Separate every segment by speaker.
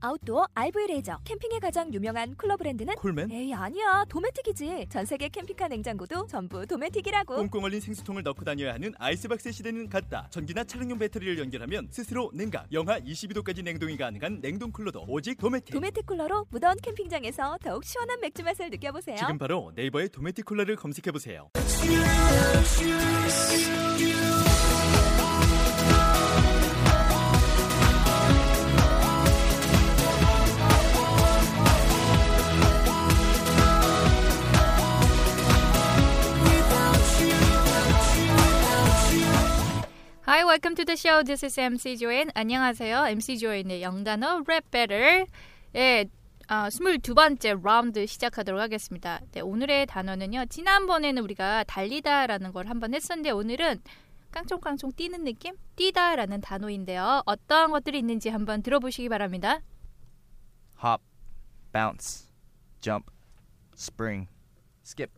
Speaker 1: 아웃도어 RV 레이저 캠핑에 가장 유명한 쿨러 브랜드는
Speaker 2: 콜맨?
Speaker 1: 에이 아니야 도메틱이지 전 세계 캠핑카 냉장고도 전부 도메틱이라고
Speaker 2: 꽁꽁 얼린 생수통을 넣고 다녀야 하는 아이스박스 시대는 갔다. 전기나 차량용 배터리를 연결하면 스스로 냉각, 영하 22도까지 냉동이 가능한 냉동 쿨러도 오직 도메틱.
Speaker 1: 도메틱 쿨러로 무더운 캠핑장에서 더욱 시원한 맥주 맛을 느껴보세요
Speaker 2: 지금 바로 네이버에 도메틱 쿨러를 검색해 보세요.
Speaker 3: Hi, welcome to the show. This is MC Join. 안녕하세요. MC Join의 영단어 Rap Battle. 예, 아, 22번째 라운드 시작하도록 하겠습니다. 네, 오늘의 단어는요. 지난번에는 우리가 달리다라는 걸 한번 했었는데 오늘은 깡총깡총 뛰는 느낌? 뛰다라는 단어인데요. 어떠한 것들이 있는지 한번 들어보시기 바랍니다.
Speaker 4: hop, bounce, jump, spring, skip.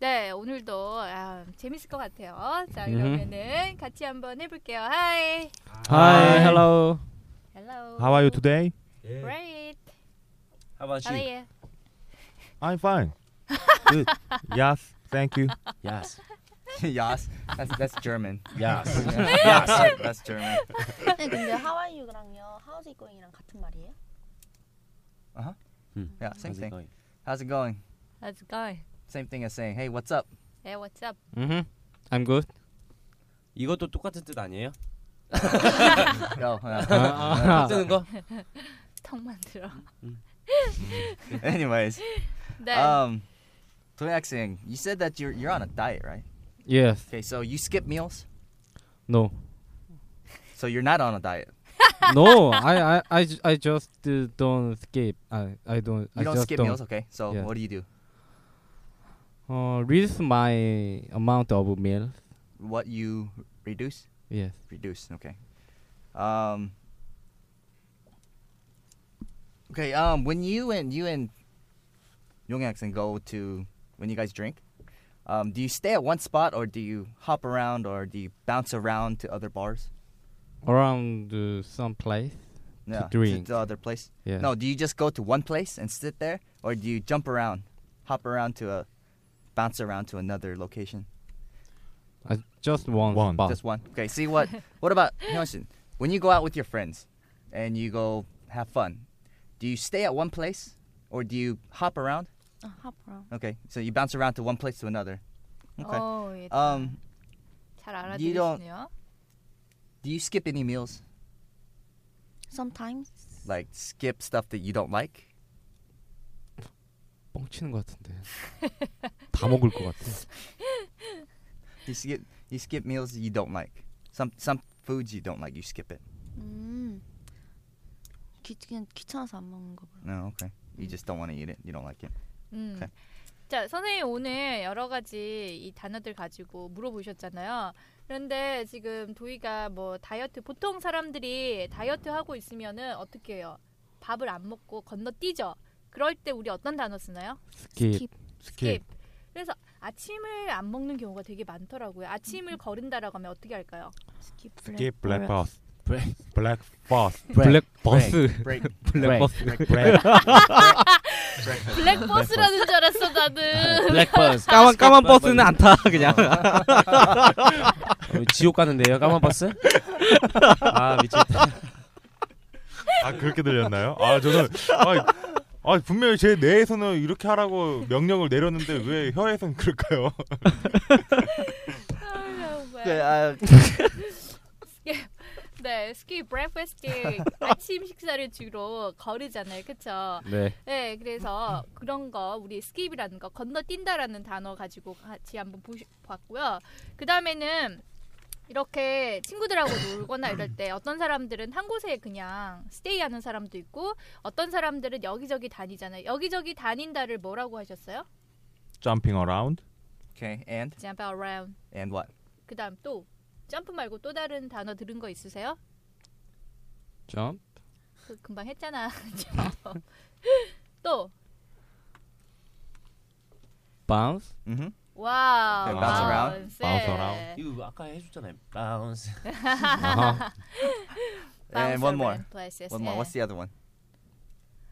Speaker 3: 네, 오늘도 아, 재밌을 것 같아요. 자,
Speaker 5: 음.
Speaker 3: 그러면은 같이 한번 해볼게요. Hi.
Speaker 5: Hi, hello.
Speaker 3: Hello.
Speaker 5: How are you today?
Speaker 3: Great.
Speaker 4: How about
Speaker 3: How are you?
Speaker 5: I'm fine. Good. Yes, thank you.
Speaker 4: Yes. yes. That's that's German.
Speaker 5: Yes.
Speaker 4: yes. That's German.
Speaker 6: 네, 근데 하와이유랑요 하우스 이고잉이랑 같은 말이에요?
Speaker 4: Yeah, same thing. How's it going?
Speaker 3: How's it going?
Speaker 4: Same thing as saying, "Hey, what's up?"
Speaker 3: Hey, what's up?
Speaker 7: 음, I'm good.
Speaker 8: 이것도 똑같은 뜻 아니에요?
Speaker 7: 아,
Speaker 4: No. no. uh,
Speaker 7: 아,
Speaker 8: 쓰는 거?
Speaker 3: 턱 만들어.
Speaker 4: Anyways,
Speaker 3: 네.
Speaker 4: um, Toyaxing, you said that you're you're on a diet, right?
Speaker 7: yes.
Speaker 4: Okay, so you skip meals,
Speaker 7: No.
Speaker 4: so you're not on a diet.
Speaker 7: No. I I I, ju- I just uh, don't skip. I I don't.
Speaker 4: You
Speaker 7: I
Speaker 4: don't
Speaker 7: just
Speaker 4: skip
Speaker 7: don't.
Speaker 4: meals, okay? So
Speaker 7: Yeah.
Speaker 4: what do you do?
Speaker 7: Uh, reduce my amount of meals.
Speaker 4: What you reduce?
Speaker 7: Yes.
Speaker 4: Reduce. Okay. Um. Okay. Um. When you and you and Yongyeok and go to when you guys drink, um, do you stay at one spot or do you hop around or do you bounce around to other bars?
Speaker 7: Around uh, some place. drink.
Speaker 4: To the other place.
Speaker 7: Yeah.
Speaker 4: No. Do you just go to one place and sit there, or do you jump around, hop around to a, bounce around to another location?
Speaker 7: I just one,
Speaker 5: One.
Speaker 7: spot.
Speaker 4: Just one. Okay. See what? what about Hyunshin? When you go out with your friends, and you go have fun, do you stay at one place or do you hop around?
Speaker 6: 아, 하프랑
Speaker 4: Okay. So you bounce around to one place to another. Okay.
Speaker 3: 어, 예,
Speaker 4: Um.
Speaker 3: 잘
Speaker 4: you don't-
Speaker 3: 알아들으시네요.
Speaker 4: Do you skip any meals?
Speaker 6: sometimes
Speaker 4: Like skip stuff that you don't like?
Speaker 7: 뻥치는 것 같은데. 다 먹을 것 같아.
Speaker 4: You skip. You skip meals you don't like. Some some foods you don't like. You skip it.
Speaker 6: 음 귀, 그냥 귀찮아서 안 먹는 거 봐요
Speaker 4: No. Okay. You just don't want to eat it. You don't like it.
Speaker 3: 음.
Speaker 4: 오케이.
Speaker 3: 자, 선생님 오늘 여러 가지 이 단어들 가지고 물어보셨잖아요. 그런데 지금 도희가 뭐 다이어트 보통 사람들이 다이어트 하고 있으면은 어떻게 해요? 밥을 안 먹고 건너뛰죠. 그럴 때 우리 어떤 단어 쓰나요?
Speaker 7: Skip.
Speaker 3: 스킵. 그래서 아침을 안 먹는 경우가 되게 많더라고요. 아침을 거른다라고 하면 어떻게 할까요?
Speaker 6: 스킵
Speaker 3: 네.
Speaker 5: Skip breakfast. Breakfast.
Speaker 7: 블랙 버스.
Speaker 4: Break.
Speaker 7: 블랙 버스.
Speaker 5: Break.
Speaker 3: 블랙버스라는 네. 줄 알았어 나는.
Speaker 8: 블랙 버스.
Speaker 7: 까만 까만 버스는 안 타 그냥.
Speaker 8: 지옥 가는데요. 까만 버스? 아 미쳤다.
Speaker 5: 아 그렇게 들렸나요? 아 저는 아, 아 분명히 제 뇌에서는 이렇게 하라고 명령을 내렸는데 왜 혀에선 그럴까요?
Speaker 3: 아유, 정말.
Speaker 4: Okay. Uh,
Speaker 3: 네, 스키 브레이크페스트 아침 식사를 주로 거르잖아요, 그렇죠?
Speaker 7: 네.
Speaker 3: 네, 그래서 그런 거 우리 스킵이라는 거 건너뛴다라는 단어 가지고 같이 한번 보시, 봤고요. 그 다음에는 이렇게 친구들하고 놀거나 이럴 때 어떤 사람들은 한 곳에 그냥 스테이하는 사람도 있고 어떤 사람들은 여기저기 다니잖아요. 여기저기 다닌다를 뭐라고 하셨어요?
Speaker 5: Jumping around.
Speaker 4: okay. And
Speaker 3: Jump around.
Speaker 4: and what?
Speaker 3: 그 다음 또 점프 말고 또 다른 단어 들은 거 있으세요?
Speaker 7: Jump.
Speaker 3: 그 금방 했잖아. 또
Speaker 7: Bounce.
Speaker 4: Mm-hmm.
Speaker 3: 와우.
Speaker 4: Okay, bounce
Speaker 5: around.
Speaker 3: 바운스.
Speaker 5: bounce around.
Speaker 8: 이거 아까 해줬잖아요. 바운스.
Speaker 7: 아하.
Speaker 3: Bounce
Speaker 4: And one more.
Speaker 3: around places.
Speaker 4: 네, One more.
Speaker 3: 예.
Speaker 4: What's the other one?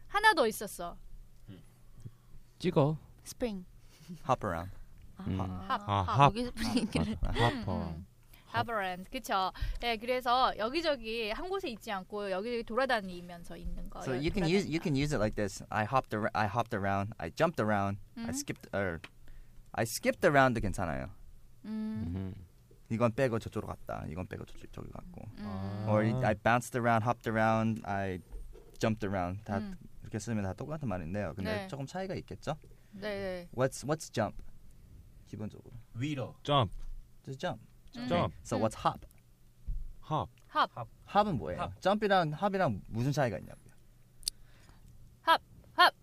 Speaker 3: 하나 더 있었어.
Speaker 7: 찍어.
Speaker 6: 스프링.
Speaker 4: hop around.
Speaker 8: 음.
Speaker 3: 하-
Speaker 5: 아,
Speaker 3: 하-
Speaker 5: 하-
Speaker 6: 여기 스프링.
Speaker 8: 하퍼.
Speaker 3: 음. 하버랜드 그쵸 네 그래서 여기저기 한 곳에 있지 않고 여기저기 돌아다니면서 있는 거
Speaker 4: So
Speaker 3: 여-
Speaker 4: you can use you
Speaker 3: 돌아다닌다.
Speaker 4: can use it like this. I hopped around. I hopped around. I jumped around. I
Speaker 3: Mhm.
Speaker 4: skipped. Or I skipped around도 괜찮아요.
Speaker 3: 음,
Speaker 4: 이건 빼고 저쪽으로 갔다. 이건 빼고 저쪽 저기 갔고.
Speaker 5: 아.
Speaker 3: 음.
Speaker 4: Or I bounced around, hopped around, I jumped around. 다
Speaker 3: 음.
Speaker 4: 이렇게 쓰면 다 똑같은 말인데요.
Speaker 3: 네.
Speaker 4: 근데 조금 차이가 있겠죠?
Speaker 3: 네네
Speaker 4: What's what's jump? 기본적으로.
Speaker 9: 위로
Speaker 5: 점프,
Speaker 4: Just jump.
Speaker 3: 음.
Speaker 5: 점프,
Speaker 4: So
Speaker 3: 음.
Speaker 4: what's hop?
Speaker 5: 합.
Speaker 3: 합
Speaker 4: hop은 뭐예요?
Speaker 9: hop.
Speaker 4: jump이랑 hop이랑 무슨 차이가 있냐고요?
Speaker 3: 합, 합.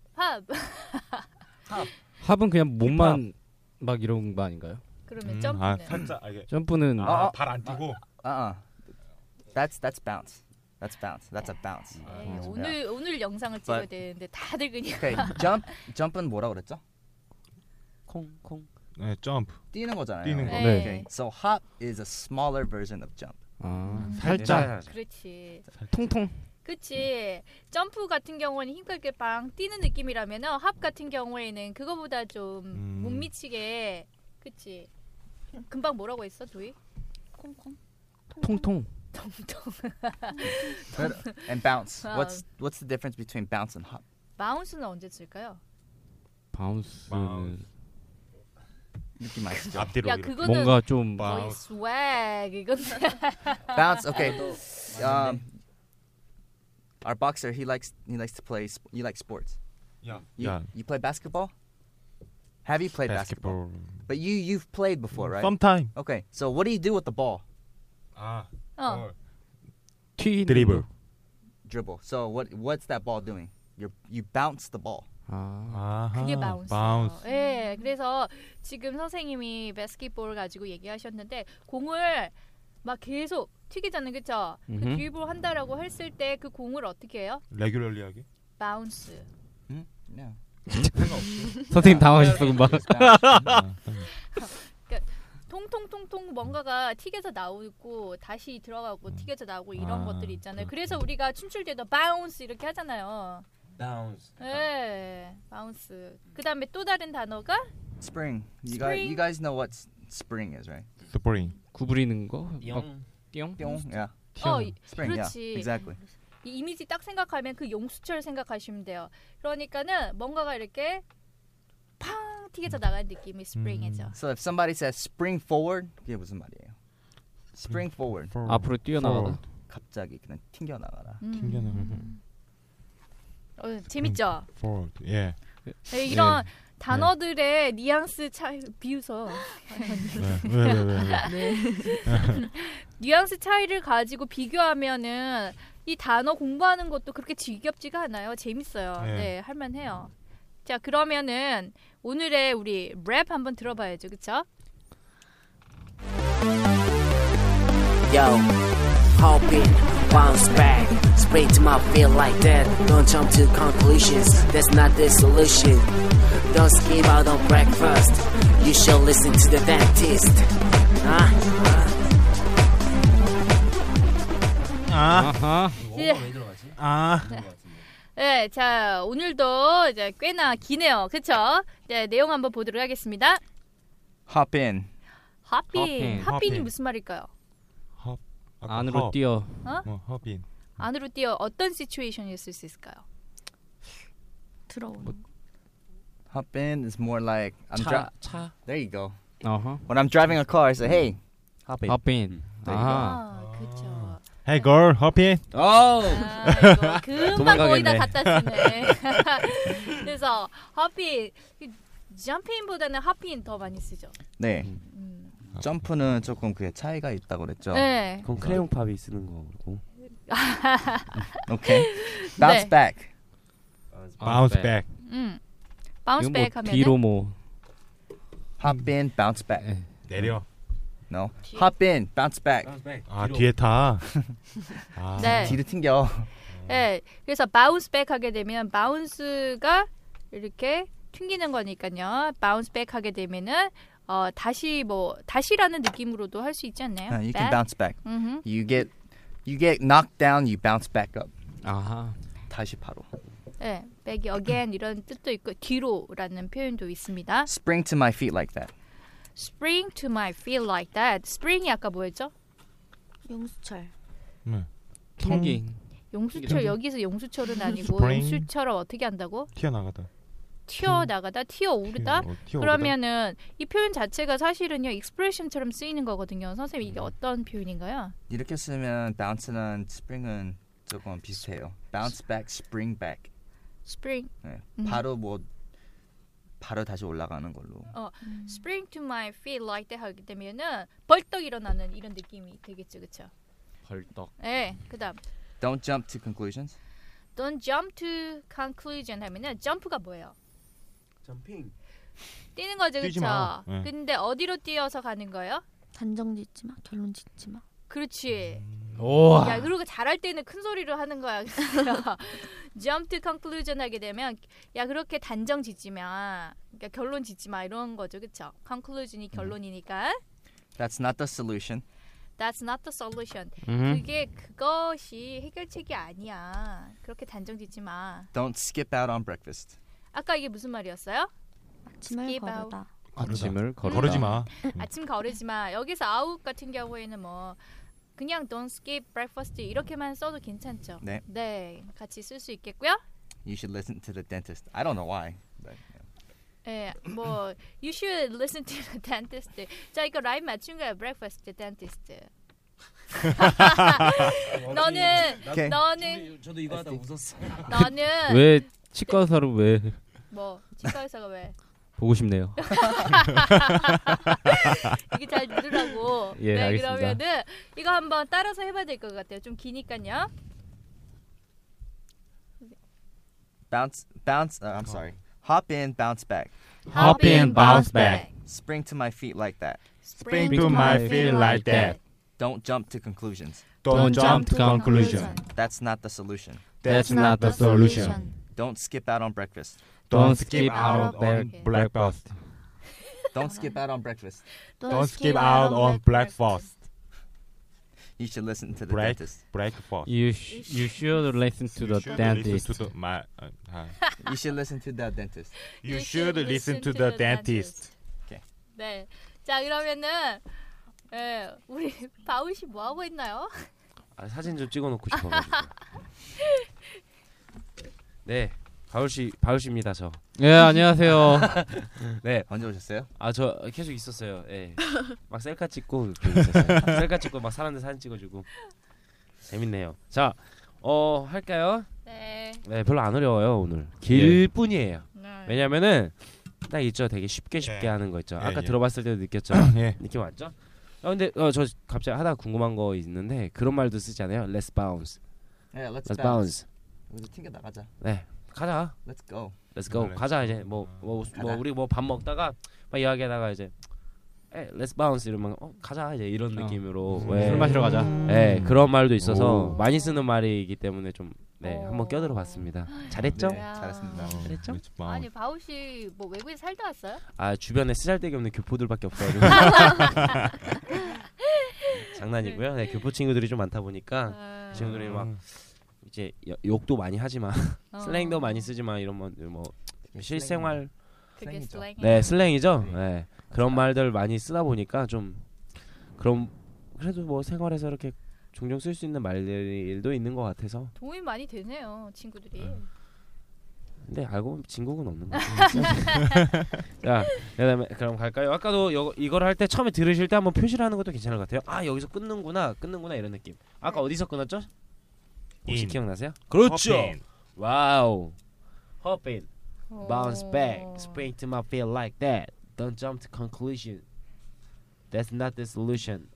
Speaker 7: 합은 그냥 몸만 막 이런 거 아닌가요?
Speaker 3: 그러면
Speaker 5: 음, 아,
Speaker 3: 점프는
Speaker 5: 살짝 아, 이게
Speaker 7: 점프는
Speaker 4: 아, 아.
Speaker 5: 발안 뛰고
Speaker 4: 아, 아. Uh-uh. That's that's bounce. That's bounce. That's a bounce.
Speaker 5: 아,
Speaker 3: 에이, 네, 오늘 오늘 영상을 찍어야
Speaker 4: But-
Speaker 3: 되는데 다들 그냥
Speaker 4: Okay, jump. jump은 뭐라 그랬죠?
Speaker 8: 콩콩.
Speaker 5: 네, 점프.
Speaker 4: 뛰는 거잖아요.
Speaker 5: 뛰는 거.
Speaker 3: 네.
Speaker 7: 네.
Speaker 4: Okay. So hop is a smaller version of jump.
Speaker 7: 아,
Speaker 3: 음.
Speaker 5: 살짝.
Speaker 3: 그렇지
Speaker 7: 통통.
Speaker 3: 그치 점프 같은 경우는 힘껏 이렇게 빵 뛰는 느낌이라면은 합 같은 경우에는 그거보다 좀
Speaker 5: 음.
Speaker 3: 못 미치게 그치 금방 뭐라고 했어 도희
Speaker 6: 콩콩.
Speaker 7: 통통.
Speaker 3: 통통
Speaker 4: And bounce.
Speaker 3: 아.
Speaker 4: What's what's the difference between bounce and hop?
Speaker 3: 마운스는 언제 쓸까요?
Speaker 7: 바운스는
Speaker 5: 바운스.
Speaker 4: 느낌 아시죠?
Speaker 5: 앞뒤로
Speaker 3: 야
Speaker 5: 이렇게.
Speaker 3: 그거는
Speaker 7: 뭔가 좀
Speaker 3: 거의
Speaker 5: 바운스.
Speaker 3: 스웩 이건
Speaker 4: bounce. Okay. Um, our boxer, he likes he likes to play. sp- You like sports.
Speaker 9: Yeah.
Speaker 4: You,
Speaker 5: Yeah.
Speaker 4: you play basketball. Have you played basketball?
Speaker 5: 네, basketball.
Speaker 4: But you you've played before, right?
Speaker 5: Sometime.
Speaker 4: Okay. So what do you do with the ball?
Speaker 9: 아
Speaker 3: 어.
Speaker 7: 튀는
Speaker 5: 드리블.
Speaker 7: 거.
Speaker 4: Dribble. So what what's that ball doing? You you bounce the ball.
Speaker 7: 아,
Speaker 5: 아하.
Speaker 3: 그게 바운스.
Speaker 5: 바운스.
Speaker 3: 예. 그래서 지금 선생님이 배스킷볼 가지고 얘기하셨는데 공을 막 계속 튀기잖아요. 그렇죠? 그
Speaker 7: 음흠.
Speaker 3: 드리블 한다라고 했을 때 그 공을 어떻게 해요?
Speaker 5: 레귤럴리하게.
Speaker 3: 바운스.
Speaker 4: Yeah.
Speaker 7: 선생님
Speaker 5: 네.
Speaker 7: 당황하셨어 금방.
Speaker 4: Just bounce.
Speaker 3: 통통통통 뭔가가 튀겨서 나오고 다시 들어가고 튀겨서 나오고 이런
Speaker 5: 아,
Speaker 3: 것들이 있잖아요.
Speaker 5: 그렇구나.
Speaker 3: 그래서 우리가 춤출 때도 바운스 이렇게 하잖아요.
Speaker 9: bounce
Speaker 3: 예. 바운스. 그다음에 또 다른 단어가
Speaker 4: spring. You guys you
Speaker 3: Spring.
Speaker 4: guys know what s- spring is, right?
Speaker 5: 스프링.
Speaker 7: 구부리는 거. 막
Speaker 9: 영
Speaker 7: 띠용.
Speaker 4: Pyeong, Yeah.
Speaker 3: 어, 이-
Speaker 4: Spring. Yeah.
Speaker 3: 그렇지.
Speaker 4: Exactly.
Speaker 3: 이 이미지 딱 생각하면 그 용수철 생각하시면 돼요. 그러니까는 뭔가가 이렇게 팡 튀겨져 나가는 느낌이 스프링이죠.
Speaker 4: So if somebody says spring forward, 그게 무슨 말이에요? Spring forward.
Speaker 7: 앞으로 뛰어나가라.
Speaker 4: 갑자기 그냥 튕겨 나가라.
Speaker 3: 음.
Speaker 5: 튕겨나.
Speaker 3: 어, 재밌죠?
Speaker 5: forward. 예.
Speaker 3: 네, 이런 단어들의 뉘앙스 차이 비웃어.
Speaker 5: 네. 왜왜왜 왜. 왜.
Speaker 3: 뉘앙스 차이를 가지고 비교하면은 이 단어 공부하는 것도 그렇게 지겹지가 않아요. 재밌어요.
Speaker 5: 네.
Speaker 3: 네, 할만해요. 자, 그러면은 오늘의 우리 랩 한번 들어봐야죠. 그쵸?
Speaker 10: Yo, hop it, bounce back, spring to my field like that. Don't jump to conclusions, that's not the solution. Don't skip out on breakfast, you should listen to the dentist. Huh?
Speaker 5: 아.
Speaker 7: 아하.
Speaker 9: 이거
Speaker 3: 예.
Speaker 9: 왜 들어가지?
Speaker 5: 아.
Speaker 9: 그런 것 같은데.
Speaker 3: 네, 자 오늘도 이제 꽤나 기네요, 그렇죠? 네, 내용 한번 보도록 하겠습니다.
Speaker 4: Hop in.
Speaker 3: 핫빈,
Speaker 7: 핫빈,
Speaker 3: 핫빈이
Speaker 5: 핫빈.
Speaker 3: 무슨 말일까요?
Speaker 5: 헙. 아까
Speaker 7: 안으로
Speaker 5: 헙.
Speaker 7: 그 뛰어.
Speaker 5: 어, 헙인.
Speaker 3: 안으로 뛰어 어떤 시츄에이션이었을 수 있을까요?
Speaker 6: 들어오는. 거.
Speaker 4: Hop in is more like I'm
Speaker 8: 차
Speaker 4: dri-
Speaker 8: 차.
Speaker 4: There you go.
Speaker 7: 아하.
Speaker 4: When I'm driving a car, I say, "Hey, hop in."
Speaker 7: 앞빈. 음, 아하.
Speaker 3: 아, 그렇죠.
Speaker 5: Hey girl, 헙인.
Speaker 8: 오.
Speaker 3: 아, 이거 금방 거의 다
Speaker 8: 도망가겠네.
Speaker 3: 갖다 주네. 그래서 핫빈, 점핑보다는 핫빈 더 많이 쓰죠.
Speaker 4: 네.
Speaker 3: 음.
Speaker 4: 점프는 조금 그게 차이가 있다고 어. 그랬죠.
Speaker 3: 네,
Speaker 8: 그럼 크레용 팝이 쓰는 거고.
Speaker 4: 오케이. Bounce
Speaker 3: 네.
Speaker 4: back.
Speaker 5: Bounce back.
Speaker 3: 음, 바운스
Speaker 7: 이건
Speaker 3: 백
Speaker 7: 뭐
Speaker 3: 하면
Speaker 7: 뒤로 뭐.
Speaker 4: Hop in, bounce back.
Speaker 7: 예.
Speaker 5: 내려.
Speaker 4: No. Hop in, bounce back.
Speaker 9: bounce back
Speaker 5: 아,
Speaker 9: 뒤로.
Speaker 5: 뒤에 타. 아.
Speaker 3: 네.
Speaker 4: 뒤로 튕겨.
Speaker 3: 예, 그래서 바운스 백 하게 되면 바운스가 이렇게 튕기는 거니까요. 바운스 백 하게 되면은 어, 다시 뭐 다시라는 느낌으로도 할 수 있지 않나요?
Speaker 4: Uh, you can
Speaker 3: Back?
Speaker 4: bounce back.
Speaker 3: 음흠.
Speaker 4: You get you get knocked down, you bounce back up.
Speaker 7: 아하.
Speaker 4: 다시 바로.
Speaker 3: 예, 예, back again 이런 뜻도 있고 뒤로라는 표현도 있습니다.
Speaker 4: Spring to my feet like that.
Speaker 3: Spring to my feet like that. Spring이 아까 뭐였죠?
Speaker 6: 용수철.
Speaker 5: 음,
Speaker 8: 통기.
Speaker 3: 용수철 여기서 용수철은 아니고
Speaker 5: Spring.
Speaker 3: 용수철을 어떻게 한다고?
Speaker 5: 튀어나가다.
Speaker 3: 튀어 나가다, 튀어 오르다.
Speaker 5: 튀어- 튀어오르다.
Speaker 3: 그러면은 이 표현 자체가 사실은요 익스프레션처럼 쓰이는 거거든요. 선생님 이게 어떤 표현인가요?
Speaker 4: 이렇게 쓰면 bounce는 spring은 조금 비슷해요. Bounce back, spring back.
Speaker 3: Spring,
Speaker 4: 네.
Speaker 3: 음.
Speaker 4: 바로 뭐 바로 다시 올라가는 걸로.
Speaker 3: spring to my feet like that 하기 때문에는 벌떡 일어나는 이런 느낌이 되겠죠, 그렇죠?
Speaker 8: 벌떡.
Speaker 3: 네, 그다음
Speaker 4: Don't jump to conclusions.
Speaker 3: don't jump to conclusion 하면은 점프가 뭐예요?
Speaker 9: 점핑.
Speaker 3: 뛰는 거죠,
Speaker 5: 뛰지
Speaker 3: 그렇죠?
Speaker 5: 마. 네.
Speaker 3: 근데 어디로 뛰어서 가는 거예요?
Speaker 6: 단정 짓지 마. 결론 짓지 마.
Speaker 3: 그렇지.
Speaker 8: 오.
Speaker 3: 야, 그리고 잘할 때는 큰 소리로 하는 거야. jump to conclusion 하게 되면 야 그렇게 단정 짓지 마. 그러니까 결론 짓지 마 이런 거죠, 그렇죠? conclusion이 결론이니까
Speaker 4: That's not the solution.
Speaker 3: that's not the solution.
Speaker 8: 음.
Speaker 3: 그게 그것이 해결책이 아니야. 그렇게 단정 짓지 마.
Speaker 4: Don't skip out on breakfast.
Speaker 3: 아까 이게 무슨 말이었어요?
Speaker 6: 짐을
Speaker 3: Skip out.
Speaker 6: 거르다.
Speaker 7: 아침을 거르다.
Speaker 5: 거르지 음, 마.
Speaker 3: 아침 거르지 마. 여기서 out 같은 경우에는 뭐 그냥 don't skip breakfast 이렇게만 써도 괜찮죠.
Speaker 4: 네.
Speaker 3: 네, 같이 쓸 수 있겠고요.
Speaker 4: You should listen to the dentist. I don't know why. but, yeah.
Speaker 3: 예, 뭐 you should listen to the dentist. 자, 이거 라인 맞춘 거야. breakfast dentist. 너는
Speaker 4: 오케이.
Speaker 3: 너는
Speaker 9: 저도 이거 하다 웃었어.
Speaker 3: 너는
Speaker 7: 왜 치과 의사를 왜
Speaker 3: 뭐 치과 의사가 왜
Speaker 7: 보고 싶네요.
Speaker 3: 이게 잘 들으라고.
Speaker 7: 예,
Speaker 3: 네,
Speaker 7: 알겠습니다.
Speaker 3: 그러면은 이거 한번 따라서 해봐야 될 것 같아요. 좀 기니까요.
Speaker 4: Bounce, bounce. Uh, I'm sorry. Hop in, bounce back.
Speaker 8: Hop in, bounce back.
Speaker 4: Spring to my feet like that.
Speaker 3: Spring
Speaker 5: to my
Speaker 8: feet like that.
Speaker 4: Don't jump to conclusions.
Speaker 8: Don't jump to conclusion.
Speaker 4: That's not the solution.
Speaker 8: That's not the solution.
Speaker 4: Don't skip out on breakfast.
Speaker 8: Don't skip out on
Speaker 3: Okay.
Speaker 5: breakfast.
Speaker 4: Don't skip out on breakfast.
Speaker 5: Don't skip out on breakfast.
Speaker 4: You should listen to the
Speaker 5: Break,
Speaker 4: dentist.
Speaker 5: breakfast.
Speaker 7: You sh- you should listen to the dentist.
Speaker 5: To the, my, uh, uh,
Speaker 4: You should listen to the dentist.
Speaker 5: you should listen to the dentist.
Speaker 4: Okay.
Speaker 3: 네. 자 그러면은 예, 우리 바울 씨뭐 하고 있나요?
Speaker 8: 아, 사진 좀 찍어놓고 싶어가지고. 네, 바울 씨, 바울 씨입니다 저.
Speaker 7: 예 안녕하세요.
Speaker 8: 네,
Speaker 4: 언제 오셨어요?
Speaker 8: 아 저 계속 있었어요. 예. 막 셀카 찍고 그러고 있었어요. 셀카 찍고 막 사람들 사진 찍어주고 재밌네요. 자, 어 할까요?
Speaker 3: 네.
Speaker 8: 네, 별로 안 어려워요 오늘.
Speaker 7: 예.
Speaker 8: 길 뿐이에요.
Speaker 3: 네.
Speaker 8: 왜냐면은 딱 있죠, 되게 쉽게 쉽게
Speaker 5: 예.
Speaker 8: 하는 거 있죠.
Speaker 5: 예,
Speaker 8: 아까
Speaker 5: 예.
Speaker 8: 들어봤을 때도 느꼈죠.
Speaker 5: 예.
Speaker 8: 느낌 왔죠? 아 근데 어, 저 갑자기 하다 궁금한 거 있는데 그런 말도 쓰지 않아요? Let's bounce,
Speaker 4: Yeah, 네, let's, bounce.
Speaker 8: let's bounce.
Speaker 4: 우리 튕겨 나가자.
Speaker 8: 가자.
Speaker 4: Let's go.
Speaker 8: Let's go.
Speaker 5: Let's
Speaker 8: 가자 이제 뭐 뭐 뭐
Speaker 4: 가자.
Speaker 8: 우리 뭐 밥 먹다가 막 이야기하다가 이제 에 Let's bounce 이러면 어 가자 이제 이런
Speaker 7: 어.
Speaker 8: 느낌으로
Speaker 5: 음.
Speaker 8: 왜-
Speaker 7: 술 마시러 가자.
Speaker 8: 예, 그런 말도 있어서
Speaker 5: 오.
Speaker 8: 많이 쓰는 말이기 때문에 좀 네, 한번 껴들어 봤습니다. 잘했죠?
Speaker 4: 네, 잘했습니다.
Speaker 5: 음.
Speaker 8: 그랬죠?
Speaker 5: Let's bounce.
Speaker 3: 아니 바울 씨뭐 외국에 살다 왔어요?
Speaker 8: 아, 주변에 쓰잘데기 없는 교포들밖에 없어 가지고. 장난이고요. 네, 교포 친구들이 좀 많다 보니까
Speaker 3: 아,
Speaker 8: 이 친구들이 막 이제 여- 욕도 많이 하지만
Speaker 3: 어.
Speaker 4: 아.
Speaker 8: 슬랭도 많이 쓰지만 이런 뭐, 뭐
Speaker 4: 네.
Speaker 8: 실생활
Speaker 3: 그게
Speaker 4: 슬랭이죠.
Speaker 3: 슬랭.
Speaker 8: 네 슬랭이죠.
Speaker 4: 네.
Speaker 8: 네. 그런 말들 많이 쓰다 보니까 좀 그런 그래도 뭐 생활에서 이렇게 종종 쓸 수 있는 말들도 있는 것 같아서
Speaker 3: 도움이 많이 되네요 친구들이.
Speaker 4: 음.
Speaker 8: 근데 알고 보면 진국은 없는 거 같아요. 자 그다음에 그럼 갈까요? 아까도 요, 이걸 할 때 처음에 들으실 때 한번 표시를 하는 것도 괜찮을 것 같아요. 아 여기서 끊는구나 끊는구나 이런 느낌. 아까 어디서 끊었죠? 혹시
Speaker 5: In.
Speaker 8: 기억나세요?
Speaker 5: Hop in.
Speaker 8: 와우. 허빈.
Speaker 3: 어.
Speaker 8: bounce back,
Speaker 3: 오.
Speaker 8: spring to my feet like that. Don't jump to conclusion. That's not the solution.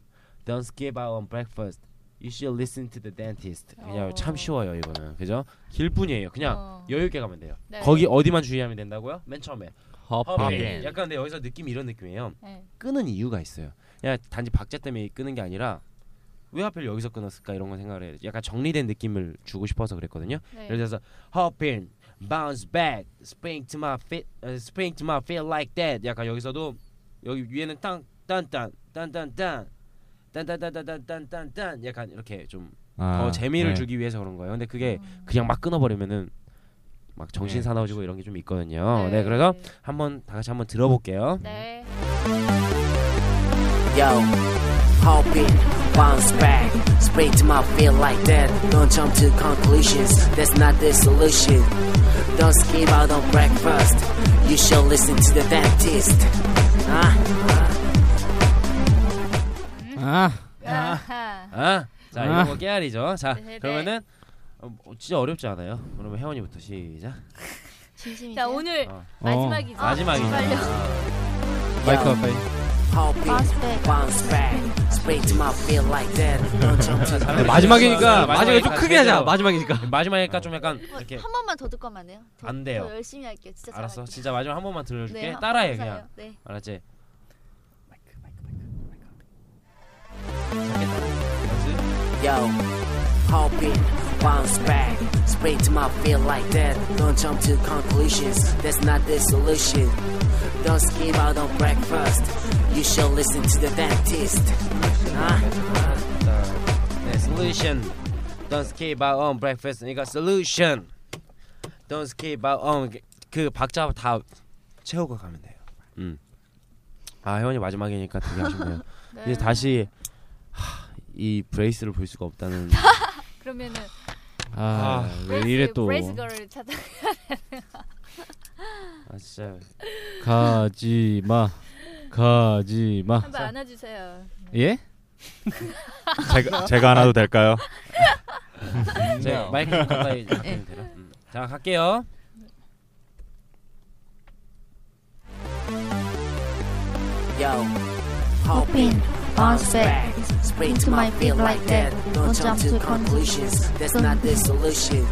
Speaker 8: Don't skip out on breakfast. You should listen to the dentist. 그냥
Speaker 3: 어.
Speaker 8: 참 쉬워요 이거는 그죠? 길 뿐이에요. 그냥
Speaker 3: 어.
Speaker 8: 여유 있게 가면 돼요.
Speaker 3: 네.
Speaker 8: 거기 어디만 주의하면 된다고요? 맨 처음에.
Speaker 7: 허팝.
Speaker 5: in.
Speaker 8: 허빈. 약간 근데 여기서 느낌이 이런 느낌이에요.
Speaker 3: 네.
Speaker 8: 끄는 어, 네. 이유가 있어요. 그냥 단지 박자 때문에 끄는 게 아니라 왜 하필 여기서 끊었을까 이런 거 생각을 해요. 약간 정리된 느낌을 주고 싶어서 그랬거든요.
Speaker 3: 네.
Speaker 8: 예를 들어서 hop in, bounce back, spring to my feet, uh, spring to my feet like that. 약간 여기서도 여기 위에는 땅딴딴딴딴딴딴 딴딴딴딴딴딴딴 약간 이렇게 좀 더
Speaker 7: 아,
Speaker 8: 재미를
Speaker 7: 네.
Speaker 8: 주기 위해서 그런 거예요. 근데 그게 그냥 막 끊어버리면은
Speaker 4: 막 정신 사나워지고 이런 게 좀 있거든요.
Speaker 3: 네.
Speaker 4: 네, 그래서 한번 다 같이 한번 들어볼게요.
Speaker 3: 네.
Speaker 8: Yo, hop it, bounce back, spray to my feel like that. Don't jump to conclusions, that's not the solution. Don't skip out on breakfast, you should listen to the dentist. Huh?
Speaker 7: 아,
Speaker 3: 아하.
Speaker 4: 아, 자
Speaker 7: 아.
Speaker 4: 이런 거 깨알이죠. 자
Speaker 3: 네, 네.
Speaker 4: 그러면은 어, 뭐 진짜 어렵지 않아요. 그러면 혜원이부터 시작.
Speaker 11: 진심이세요?
Speaker 3: 자 오늘
Speaker 4: 어.
Speaker 3: 마지막이죠.
Speaker 4: 마지막이죠.
Speaker 3: 제발요.
Speaker 7: 어. 마이크 가까이.
Speaker 8: Hop
Speaker 11: Bounce
Speaker 8: it,
Speaker 11: back.
Speaker 8: bounce back, spray to my feel like that. Don't jump to
Speaker 4: 근데
Speaker 7: 아, 네, 마지막이니까 마지막에 좀
Speaker 4: 마지막이니까
Speaker 7: 크게 하자.
Speaker 4: 제대로.
Speaker 7: 마지막이니까.
Speaker 4: 마지막이니까 좀 약간
Speaker 11: 한
Speaker 4: 이렇게
Speaker 11: 한 번만 더 듣고 하면 안 돼요? 더,
Speaker 4: 안 돼요.
Speaker 11: 더 열심히 할게요. 진짜
Speaker 4: 알았어.
Speaker 11: 잘할게요.
Speaker 4: 진짜 마지막 한 번만 들려줄게.
Speaker 11: 한-
Speaker 4: 따라해
Speaker 11: 감사해요.
Speaker 4: 그냥.
Speaker 11: 네.
Speaker 4: 알았지?
Speaker 8: Yo, hop it, bounce back, spray to my feel like that. Don't jump to conclusions, that's not the solution. Don't skip out on breakfast, you should listen to the dentist. Huh?
Speaker 4: 자, 네, solution. Don't skip out on breakfast. 이거 solution. Don't skip out on 그 박자 다 채우고 가면 돼요. 음. 아 혜원이 마지막이니까 되게 아쉽네요.
Speaker 3: 네.
Speaker 4: 이제 다시 하, 이 브레이스를 볼 수가 없다는.
Speaker 3: 그러면은 그
Speaker 7: 아, 왜
Speaker 3: 브레이스-
Speaker 7: 이래 또.
Speaker 3: 브레이스걸을 찾아.
Speaker 4: 아 진짜.
Speaker 7: 가지 마. 가지 마.
Speaker 3: 한번 안아주세요.
Speaker 7: 예?
Speaker 5: 제가 제가 하나도 될까요?
Speaker 4: 제 마이크 좀 가까이 좀
Speaker 11: 네.
Speaker 4: 되나? 음. 자 갈게요.
Speaker 8: Yo, hop it, bounce back, spray to my feel like that. Don't jump to conclusions, that's not the solution.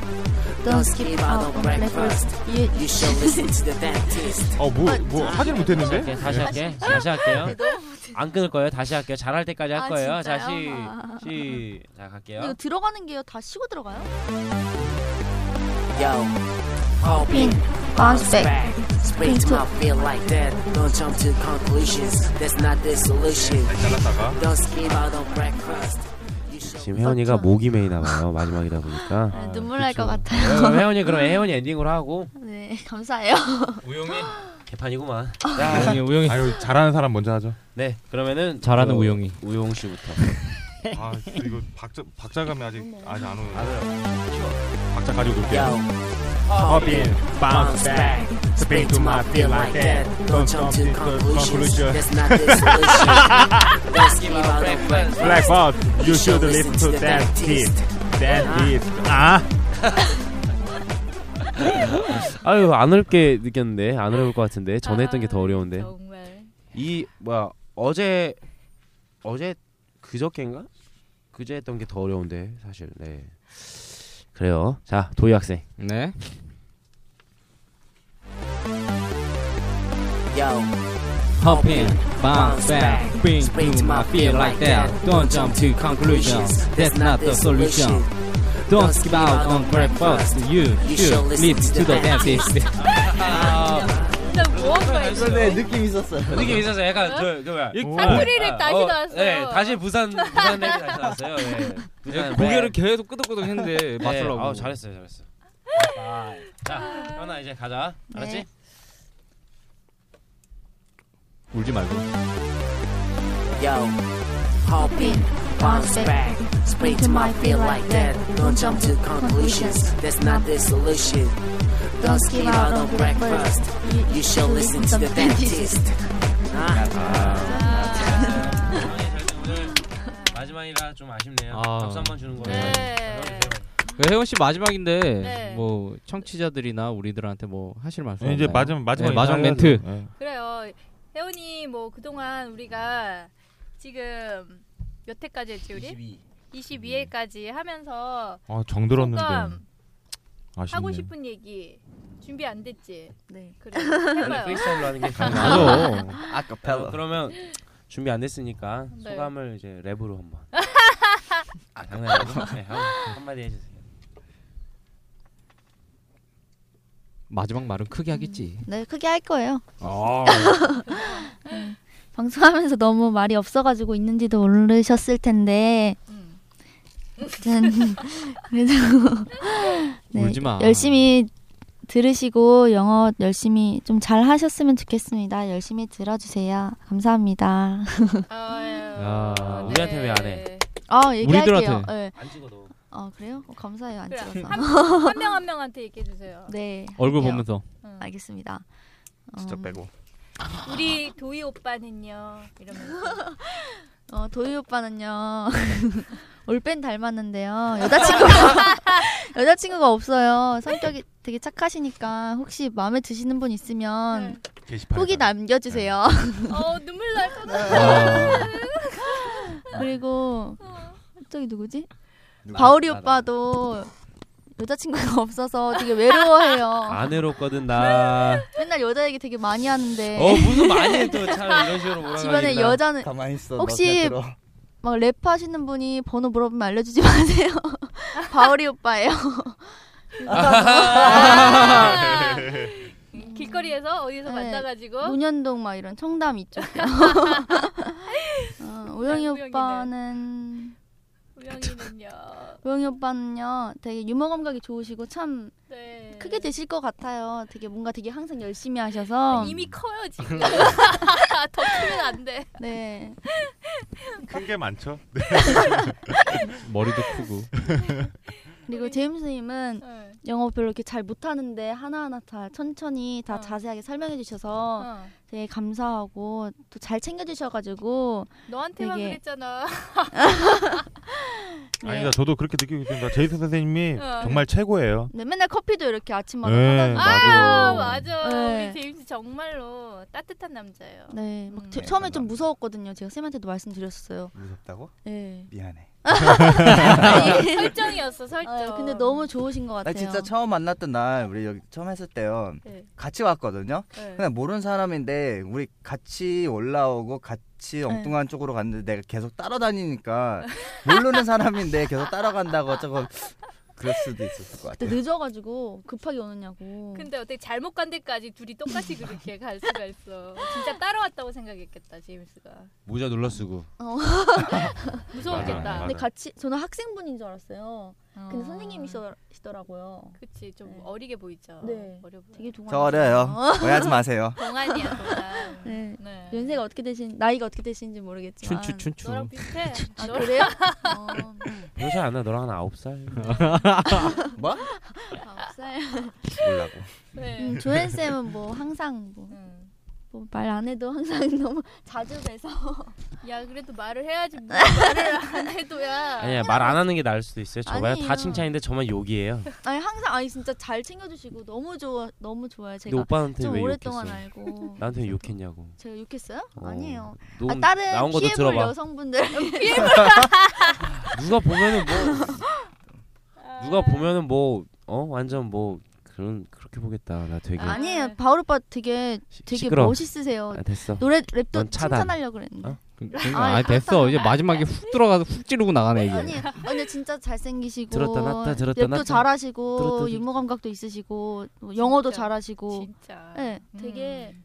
Speaker 8: Don't skip out on breakfast, you should listen to the dentist.
Speaker 5: 어뭐뭐
Speaker 4: 할게,
Speaker 5: 하질 못했는데?
Speaker 4: 아,
Speaker 5: 네.
Speaker 4: 다시 할게. 다시 할게요. 안 끊을 거예요. 다시 할게요. 잘할 때까지 할
Speaker 11: 아,
Speaker 4: 거예요. 자 시,
Speaker 11: 진짜요?
Speaker 4: 시, 자 갈게요.
Speaker 11: 이거 들어가는 게요? 다 쉬고 들어가요?
Speaker 8: Yo, hop it, bounce back, spray to my feel like that. Don't jump to conclusions, that's not the solution.
Speaker 5: 잘랐다가.
Speaker 8: Don't skip out on breakfast. you should
Speaker 4: 지금 혜원이가 목이 메이나 봐요. 마지막이다 보니까.
Speaker 11: 아, 눈물 날 것 같아요.
Speaker 4: 그럼 혜원이 그럼 혜원이 엔딩으로 하고
Speaker 11: 네, 감사해요.
Speaker 4: 우영이 개판이구만.
Speaker 7: 아, 우영이 우영이
Speaker 5: 아유 잘하는 사람 먼저 하죠.
Speaker 4: 네 그러면은
Speaker 7: 잘하는
Speaker 4: 그
Speaker 7: 우영이.
Speaker 4: 우영 씨부터.
Speaker 5: 아 이거 박자 박자감이 아직 아직 안 오는.
Speaker 4: 아,
Speaker 5: 박자 가지고
Speaker 8: Yo,
Speaker 5: 놀게요.
Speaker 8: hop it, bounce back. Speak to my feel like that. Don't jump to conclusions. That's not the solution. Don't skip out on breakfast.
Speaker 5: Black Bob, you should
Speaker 8: listen
Speaker 5: listen to
Speaker 8: the
Speaker 5: that
Speaker 8: dentist.
Speaker 5: tip. That
Speaker 8: Ah.
Speaker 5: tip. 아.
Speaker 4: 아유 안 어렵게 느꼈는데 안 어려울 것 같은데 전에 했던 게 더
Speaker 3: 아,
Speaker 4: 어려운데.
Speaker 3: 정말.
Speaker 4: 이 뭐야 어제 어제 그저께인가 그제 했던 게 더 어려운데 사실 네 그래요 자 도희 학생
Speaker 7: 네.
Speaker 8: Yo,
Speaker 7: Hop in, bounce back, bring to my feel like that. Don't jump to conclusions, that's not the solution. Don't skip out on breakfast, you should listen to the dentist.
Speaker 3: 나 뭐가 이거?
Speaker 4: 네,
Speaker 2: 느낌 있었어요.
Speaker 4: 느낌 있었어요 약간 저그 뭐야
Speaker 3: 사투리를 다시 나왔어요.
Speaker 4: 네 다시 부산 부산 랩 다시 나왔어요 네. 부산
Speaker 7: 예, 고개를
Speaker 4: 랩.
Speaker 7: 계속 끄덕끄덕 했는데 맞추려고.
Speaker 4: 네. 아우, 잘했어요 잘했어 자 현아 이제 가자 알았지
Speaker 11: 네.
Speaker 7: 울지 말고.
Speaker 8: yo, hop it, bounce back. Spray to my feel like that. Don't jump to conclusions. That's not the solution. Don't skip out on breakfast. You should listen to the dentist.
Speaker 3: 아.
Speaker 4: 현아의 잘생 오늘 마지막이라 좀 아쉽네요
Speaker 7: 아.
Speaker 4: 박수 한번 주는 걸로
Speaker 3: 네.
Speaker 7: 그 혜원 씨 마지막인데
Speaker 3: 네.
Speaker 7: 뭐 청취자들이나 우리들한테 뭐 하실 말씀
Speaker 5: 아, 이제
Speaker 7: 없나요?
Speaker 5: 마지막 마지막
Speaker 7: 네, 마지막
Speaker 5: 인사를
Speaker 7: 멘트.
Speaker 5: 하죠. 네.
Speaker 3: 그래요. 혜원이 뭐 그동안 우리가 지금 몇 회까지 했지 우리? 22회까지 하면서
Speaker 5: 아, 정 들었는데.
Speaker 3: 소감
Speaker 5: 아쉽네.
Speaker 3: 하고 싶은 얘기 준비 안 됐지?
Speaker 11: 네.
Speaker 3: 그래 해봐요.
Speaker 4: 프리스타일로 하는 게
Speaker 5: 맞아.
Speaker 2: Acapella.
Speaker 4: 그러면 준비 안 됐으니까
Speaker 3: 네.
Speaker 4: 소감을 이제 랩으로 한번. 아 장난이고 네, 한- 한마디 해주세요.
Speaker 7: 마지막 말은 크게 하겠지.
Speaker 11: 네, 크게 할 거예요.
Speaker 7: 아,
Speaker 11: 방송하면서 너무 말이 없어가지고 있는지도 모르셨을 텐데
Speaker 3: 음.
Speaker 11: 아무튼 그래도 네,
Speaker 7: 울지 마.
Speaker 11: 열심히 들으시고 영어 열심히 좀 잘 하셨으면 좋겠습니다. 열심히 들어주세요. 감사합니다.
Speaker 3: 예.
Speaker 8: 아,
Speaker 3: 네.
Speaker 8: 우리한테 왜 안 해?
Speaker 11: 아, 얘기할게요.
Speaker 8: 우리들한테.
Speaker 11: 예.
Speaker 8: 안 찍어도.
Speaker 11: 어, 그래요? 어, 감사해요. 안
Speaker 3: 그래,
Speaker 11: 찍어서.
Speaker 3: 한- 한명한 명한테 얘기해주세요.
Speaker 11: 네.
Speaker 7: 얼굴
Speaker 11: 할게요.
Speaker 7: 보면서.
Speaker 11: 알겠습니다.
Speaker 4: 직접 빼고.
Speaker 3: 우리 도희 오빠는요. 이러면서.
Speaker 11: 어, 도희 오빠는요. 올팬 닮았는데요. 여자친구가 여자친구가 없어요. 성격이 되게 착하시니까 혹시 마음에 드시는 분 있으면
Speaker 5: 게시판에
Speaker 11: 후기 남겨주세요.
Speaker 3: 어 눈물 날 것
Speaker 5: 아.
Speaker 3: 같아.
Speaker 11: 그리고 저기 누구지?
Speaker 8: 누구?
Speaker 11: 바울이
Speaker 8: 네. 나, 나,
Speaker 11: 오빠도 여자친구가 없어서 되게 외로워해요.
Speaker 8: 안 외롭거든 나.
Speaker 11: 맨날 여자 얘기 되게 많이 하는데.
Speaker 8: 어 무슨 많이 해또참 이런 식으로 몰아가니까.
Speaker 11: 주변에 여자는
Speaker 4: 가만히 있어. 너
Speaker 11: 혹시
Speaker 4: 그냥 들어.
Speaker 11: 막 랩하시는 분이 번호 물어보면 알려주지 마세요. 바울이 오빠예요.
Speaker 3: 아. 길거리에서 어디서 만나가지고
Speaker 11: 네. 문현동 막 이런 청담 이쪽이요. 어, 우영이
Speaker 3: 우영이네.
Speaker 11: 오빠는
Speaker 3: 우영이는요.
Speaker 11: 우영이 오빠는요 되게 유머 감각이 좋으시고 참
Speaker 3: 네.
Speaker 11: 크게 되실 것 같아요. 되게 뭔가 되게 항상 열심히 하셔서
Speaker 3: 아, 이미 커요
Speaker 11: 음.
Speaker 3: 지금. 더 크면 안 돼.
Speaker 11: 네
Speaker 5: 큰게 많죠.
Speaker 7: 머리도 크고.
Speaker 11: 그리고 제임스님은
Speaker 3: 네.
Speaker 11: 영어 별로 이렇게 잘 못하는데 하나하나 다 천천히 다
Speaker 3: 어.
Speaker 11: 자세하게 설명해 주셔서
Speaker 3: 어.
Speaker 11: 되게 감사하고 또 잘 챙겨주셔가지고
Speaker 3: 너한테만
Speaker 11: 되게-
Speaker 3: 그랬잖아.
Speaker 5: 아니다 저도 그렇게 느끼고 있습니다. 제이슨 선생님이
Speaker 3: 어.
Speaker 5: 정말 최고예요.
Speaker 11: 네, 맨날 커피도 이렇게 아침마다
Speaker 5: 네
Speaker 11: 사다
Speaker 3: 아
Speaker 5: 맞아.
Speaker 3: 맞아.
Speaker 11: 네.
Speaker 3: 우리 제임스 정말로 따뜻한 남자예요.
Speaker 11: 네, 막
Speaker 3: 음.
Speaker 11: 제- 처음에 좀 무서웠거든요. 제가 쌤한테도 말씀드렸어요.
Speaker 4: 무섭다고?
Speaker 11: 네.
Speaker 4: 미안해.
Speaker 3: 설정이었어 설정.
Speaker 11: 아, 근데 너무 좋으신 것 같아요.
Speaker 4: 나 진짜 처음 만났던 날 우리 여기 처음 했을 때요.
Speaker 3: 네.
Speaker 4: 같이 왔거든요.
Speaker 3: 네.
Speaker 4: 그냥 모르는 사람인데 우리 같이 올라오고
Speaker 11: 네.
Speaker 4: 같이 엉뚱한 쪽으로 갔는데 내가 계속 따라다니니까 모르는 사람인데 계속 따라간다고 조금 그럴 수도 있었을 것
Speaker 11: 그때
Speaker 4: 같아요.
Speaker 11: 늦어가지고 급하게 오느냐고.
Speaker 3: 근데 어떻게 잘못 간 데까지 둘이 똑같이 그렇게 갈 수가 있어. 진짜 따라왔다고 생각했겠다 제임스가.
Speaker 8: 모자 눌러 쓰고.
Speaker 11: 어.
Speaker 3: 무서웠겠다.
Speaker 8: 맞아, 맞아.
Speaker 11: 근데 같이 저는 학생분인 줄 알았어요. 근데
Speaker 3: 어.
Speaker 11: 선생님이시더라고요.
Speaker 3: 그치 좀
Speaker 11: 네.
Speaker 3: 어리게 보이죠.
Speaker 11: 네.
Speaker 3: 어려 보여.
Speaker 11: 되게 동안.
Speaker 4: 저 어려요. 오해하지 마세요.
Speaker 3: 동안이야 동안.
Speaker 11: 네.
Speaker 3: 네.
Speaker 11: 연세가 어떻게 되신 나이가 어떻게 되신지 모르겠지만.
Speaker 7: 춘추 춘추.
Speaker 3: 너랑 비슷해.
Speaker 11: 아
Speaker 3: 너랑
Speaker 11: 그래요? 어,
Speaker 8: 요새 안나 너랑 한 아홉 살.
Speaker 4: 뭐?
Speaker 11: 아홉 살.
Speaker 4: 몰라고.
Speaker 3: 네.
Speaker 11: 음, 조연 쌤은 뭐 항상
Speaker 3: 음.
Speaker 11: 뭐 말 안 해도 항상 너무 자주 뵈서.
Speaker 3: 야 그래도 말을 해야지 뭐 말을 안 해도야.
Speaker 8: 아니야 말 안 하는 게 나을 수도 있어요. 저만
Speaker 11: 아니에요.
Speaker 8: 다 칭찬인데 저만 욕이에요.
Speaker 11: 아니 항상 아니 진짜 잘 챙겨주시고 너무 좋아 너무 좋아요
Speaker 8: 근데
Speaker 11: 제가
Speaker 8: 오빠한테
Speaker 11: 좀
Speaker 8: 왜
Speaker 11: 오랫동안
Speaker 8: 욕했어?
Speaker 11: 알고
Speaker 8: 나한테 왜 욕했냐고.
Speaker 11: 제가 욕했어요?
Speaker 8: 어.
Speaker 11: 아니에요.
Speaker 8: 너
Speaker 11: 아, 다른
Speaker 8: 나온 것도
Speaker 11: 피해볼
Speaker 8: 들어봐. 네.
Speaker 11: 여성분들
Speaker 8: 누가 보면은 뭐 누가 보면은 뭐 어 완전 뭐 그런 그렇게 보겠다. 나 되게
Speaker 3: 아,
Speaker 11: 아니에요. 바울 오빠 되게
Speaker 8: 시,
Speaker 11: 되게
Speaker 8: 시끄러.
Speaker 11: 멋있으세요.
Speaker 8: 아, 됐어.
Speaker 11: 노래 랩도
Speaker 8: 넌 차단.
Speaker 11: 칭찬하려고 그랬는데.
Speaker 8: 어?
Speaker 7: 그-
Speaker 11: 아이,
Speaker 7: 아 됐어. 이제 마지막에 훅 들어가서 훅 찌르고 나가네
Speaker 11: 아니,
Speaker 7: 이게.
Speaker 11: 아니 진짜 잘생기시고
Speaker 8: 예, 들었다 놨다, 들었다
Speaker 11: 랩도
Speaker 8: 놨다.
Speaker 11: 잘하시고
Speaker 8: 들었다 놨다.
Speaker 11: 유머 감각도 있으시고 뭐 영어도
Speaker 3: 진짜,
Speaker 11: 잘하시고
Speaker 3: 진짜.
Speaker 11: 네,
Speaker 3: 음.
Speaker 11: 되게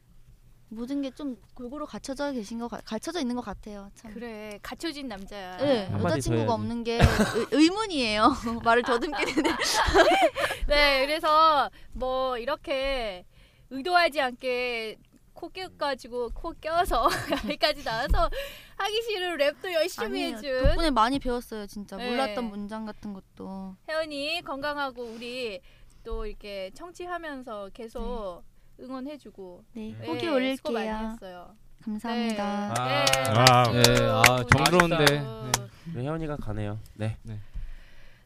Speaker 11: 모든 게 좀 골고루 갖춰져 계신 거 같- 갖춰져 있는 것 같아요. 참.
Speaker 3: 그래 갖춰진 남자야.
Speaker 11: 네,
Speaker 8: 한마디 더 해야지.
Speaker 11: 여자친구가 없는 게 의, 의문이에요. 말을 더듬게 되네.
Speaker 3: 네, 그래서 뭐 이렇게 의도하지 않게 코 껴가지고 코 껴서 여기까지 나와서 하기 싫은 랩도 열심히
Speaker 11: 아니에요.
Speaker 3: 해준
Speaker 11: 덕분에 많이 배웠어요, 진짜.
Speaker 3: 네.
Speaker 11: 몰랐던 문장 같은 것도.
Speaker 3: 혜연이 건강하고 우리 또 이렇게 청취하면서 계속 응원해주고
Speaker 11: 네,
Speaker 3: 네,
Speaker 11: 후기
Speaker 3: 수고 많이
Speaker 11: 올릴게요.
Speaker 3: 했어요.
Speaker 11: 감사합니다.
Speaker 8: 아.
Speaker 3: 네.
Speaker 5: 아,
Speaker 7: 예, 아 정그러운데. 네.
Speaker 8: 네, 혜원이가 가네요. 네.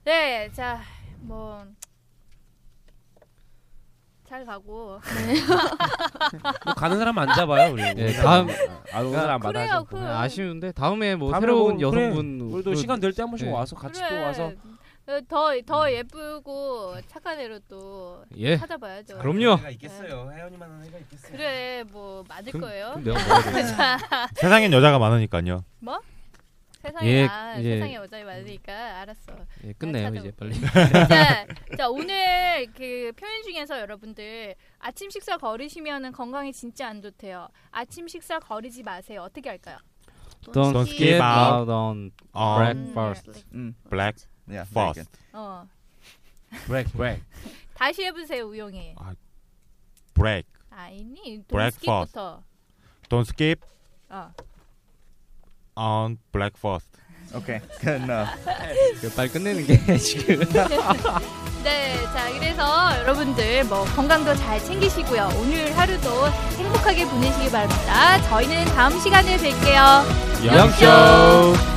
Speaker 3: 네, 자, 뭐. 잘 가고
Speaker 8: 뭐 가는 사람 안 잡아요 우리.
Speaker 7: 예, 다음-
Speaker 8: 아 오늘 안
Speaker 3: 그래요
Speaker 8: 받아서.
Speaker 3: 그
Speaker 7: 아, 아쉬운데 다음에 뭐
Speaker 8: 다음에
Speaker 7: 새로운
Speaker 8: 뭐,
Speaker 7: 여성분
Speaker 8: 우리도 시간 될 때 한 번씩
Speaker 7: 네.
Speaker 8: 와서 같이 또 와서
Speaker 3: 어,
Speaker 8: 음.
Speaker 3: 더더 더 예쁘고 착한 애로 또
Speaker 7: 예.
Speaker 3: 찾아봐야죠.
Speaker 7: 그럼요.
Speaker 3: 있겠어요.
Speaker 8: 혜원이만한 애가 있겠어요.
Speaker 3: 그래 뭐 맞을
Speaker 7: 그-
Speaker 3: 거예요.
Speaker 7: 그럼 내가 뭐라 그래.
Speaker 5: 세상엔 여자가 많으니까요.
Speaker 3: 세상에
Speaker 7: 예,
Speaker 3: 나
Speaker 7: 예.
Speaker 3: 세상에 여자이 많으니까 알았어.
Speaker 7: 예, 끝내요
Speaker 3: 찾아오-
Speaker 7: 이제 빨리.
Speaker 3: 자, 자 오늘 그 표현 중에서 여러분들 아침 식사 거르시면은 건강에 진짜 안 좋대요. 아침 식사 거르지 마세요. 어떻게 할까요?
Speaker 7: Don't
Speaker 5: Don't
Speaker 7: skip
Speaker 5: skip
Speaker 7: out on
Speaker 5: 어,
Speaker 8: 아.
Speaker 7: breakfast.
Speaker 4: 음,
Speaker 5: black
Speaker 4: yeah, very
Speaker 5: fast.
Speaker 4: good.
Speaker 3: 어.
Speaker 8: break break.
Speaker 3: 다시 해보세요 우영이.
Speaker 5: break.
Speaker 3: 아니
Speaker 5: breakfast.
Speaker 3: 돈스키부터.
Speaker 5: Don't skip
Speaker 3: 어.
Speaker 5: on breakfast.
Speaker 4: Okay, good enough.
Speaker 7: 그 빨리 끝내는 게 지금.
Speaker 3: 네, 자 그래서 여러분들 뭐 건강도 잘 챙기시고요. 오늘 하루도 행복하게 보내시기 바랍니다. 저희는 다음 시간에 뵐게요.
Speaker 7: 영쇼.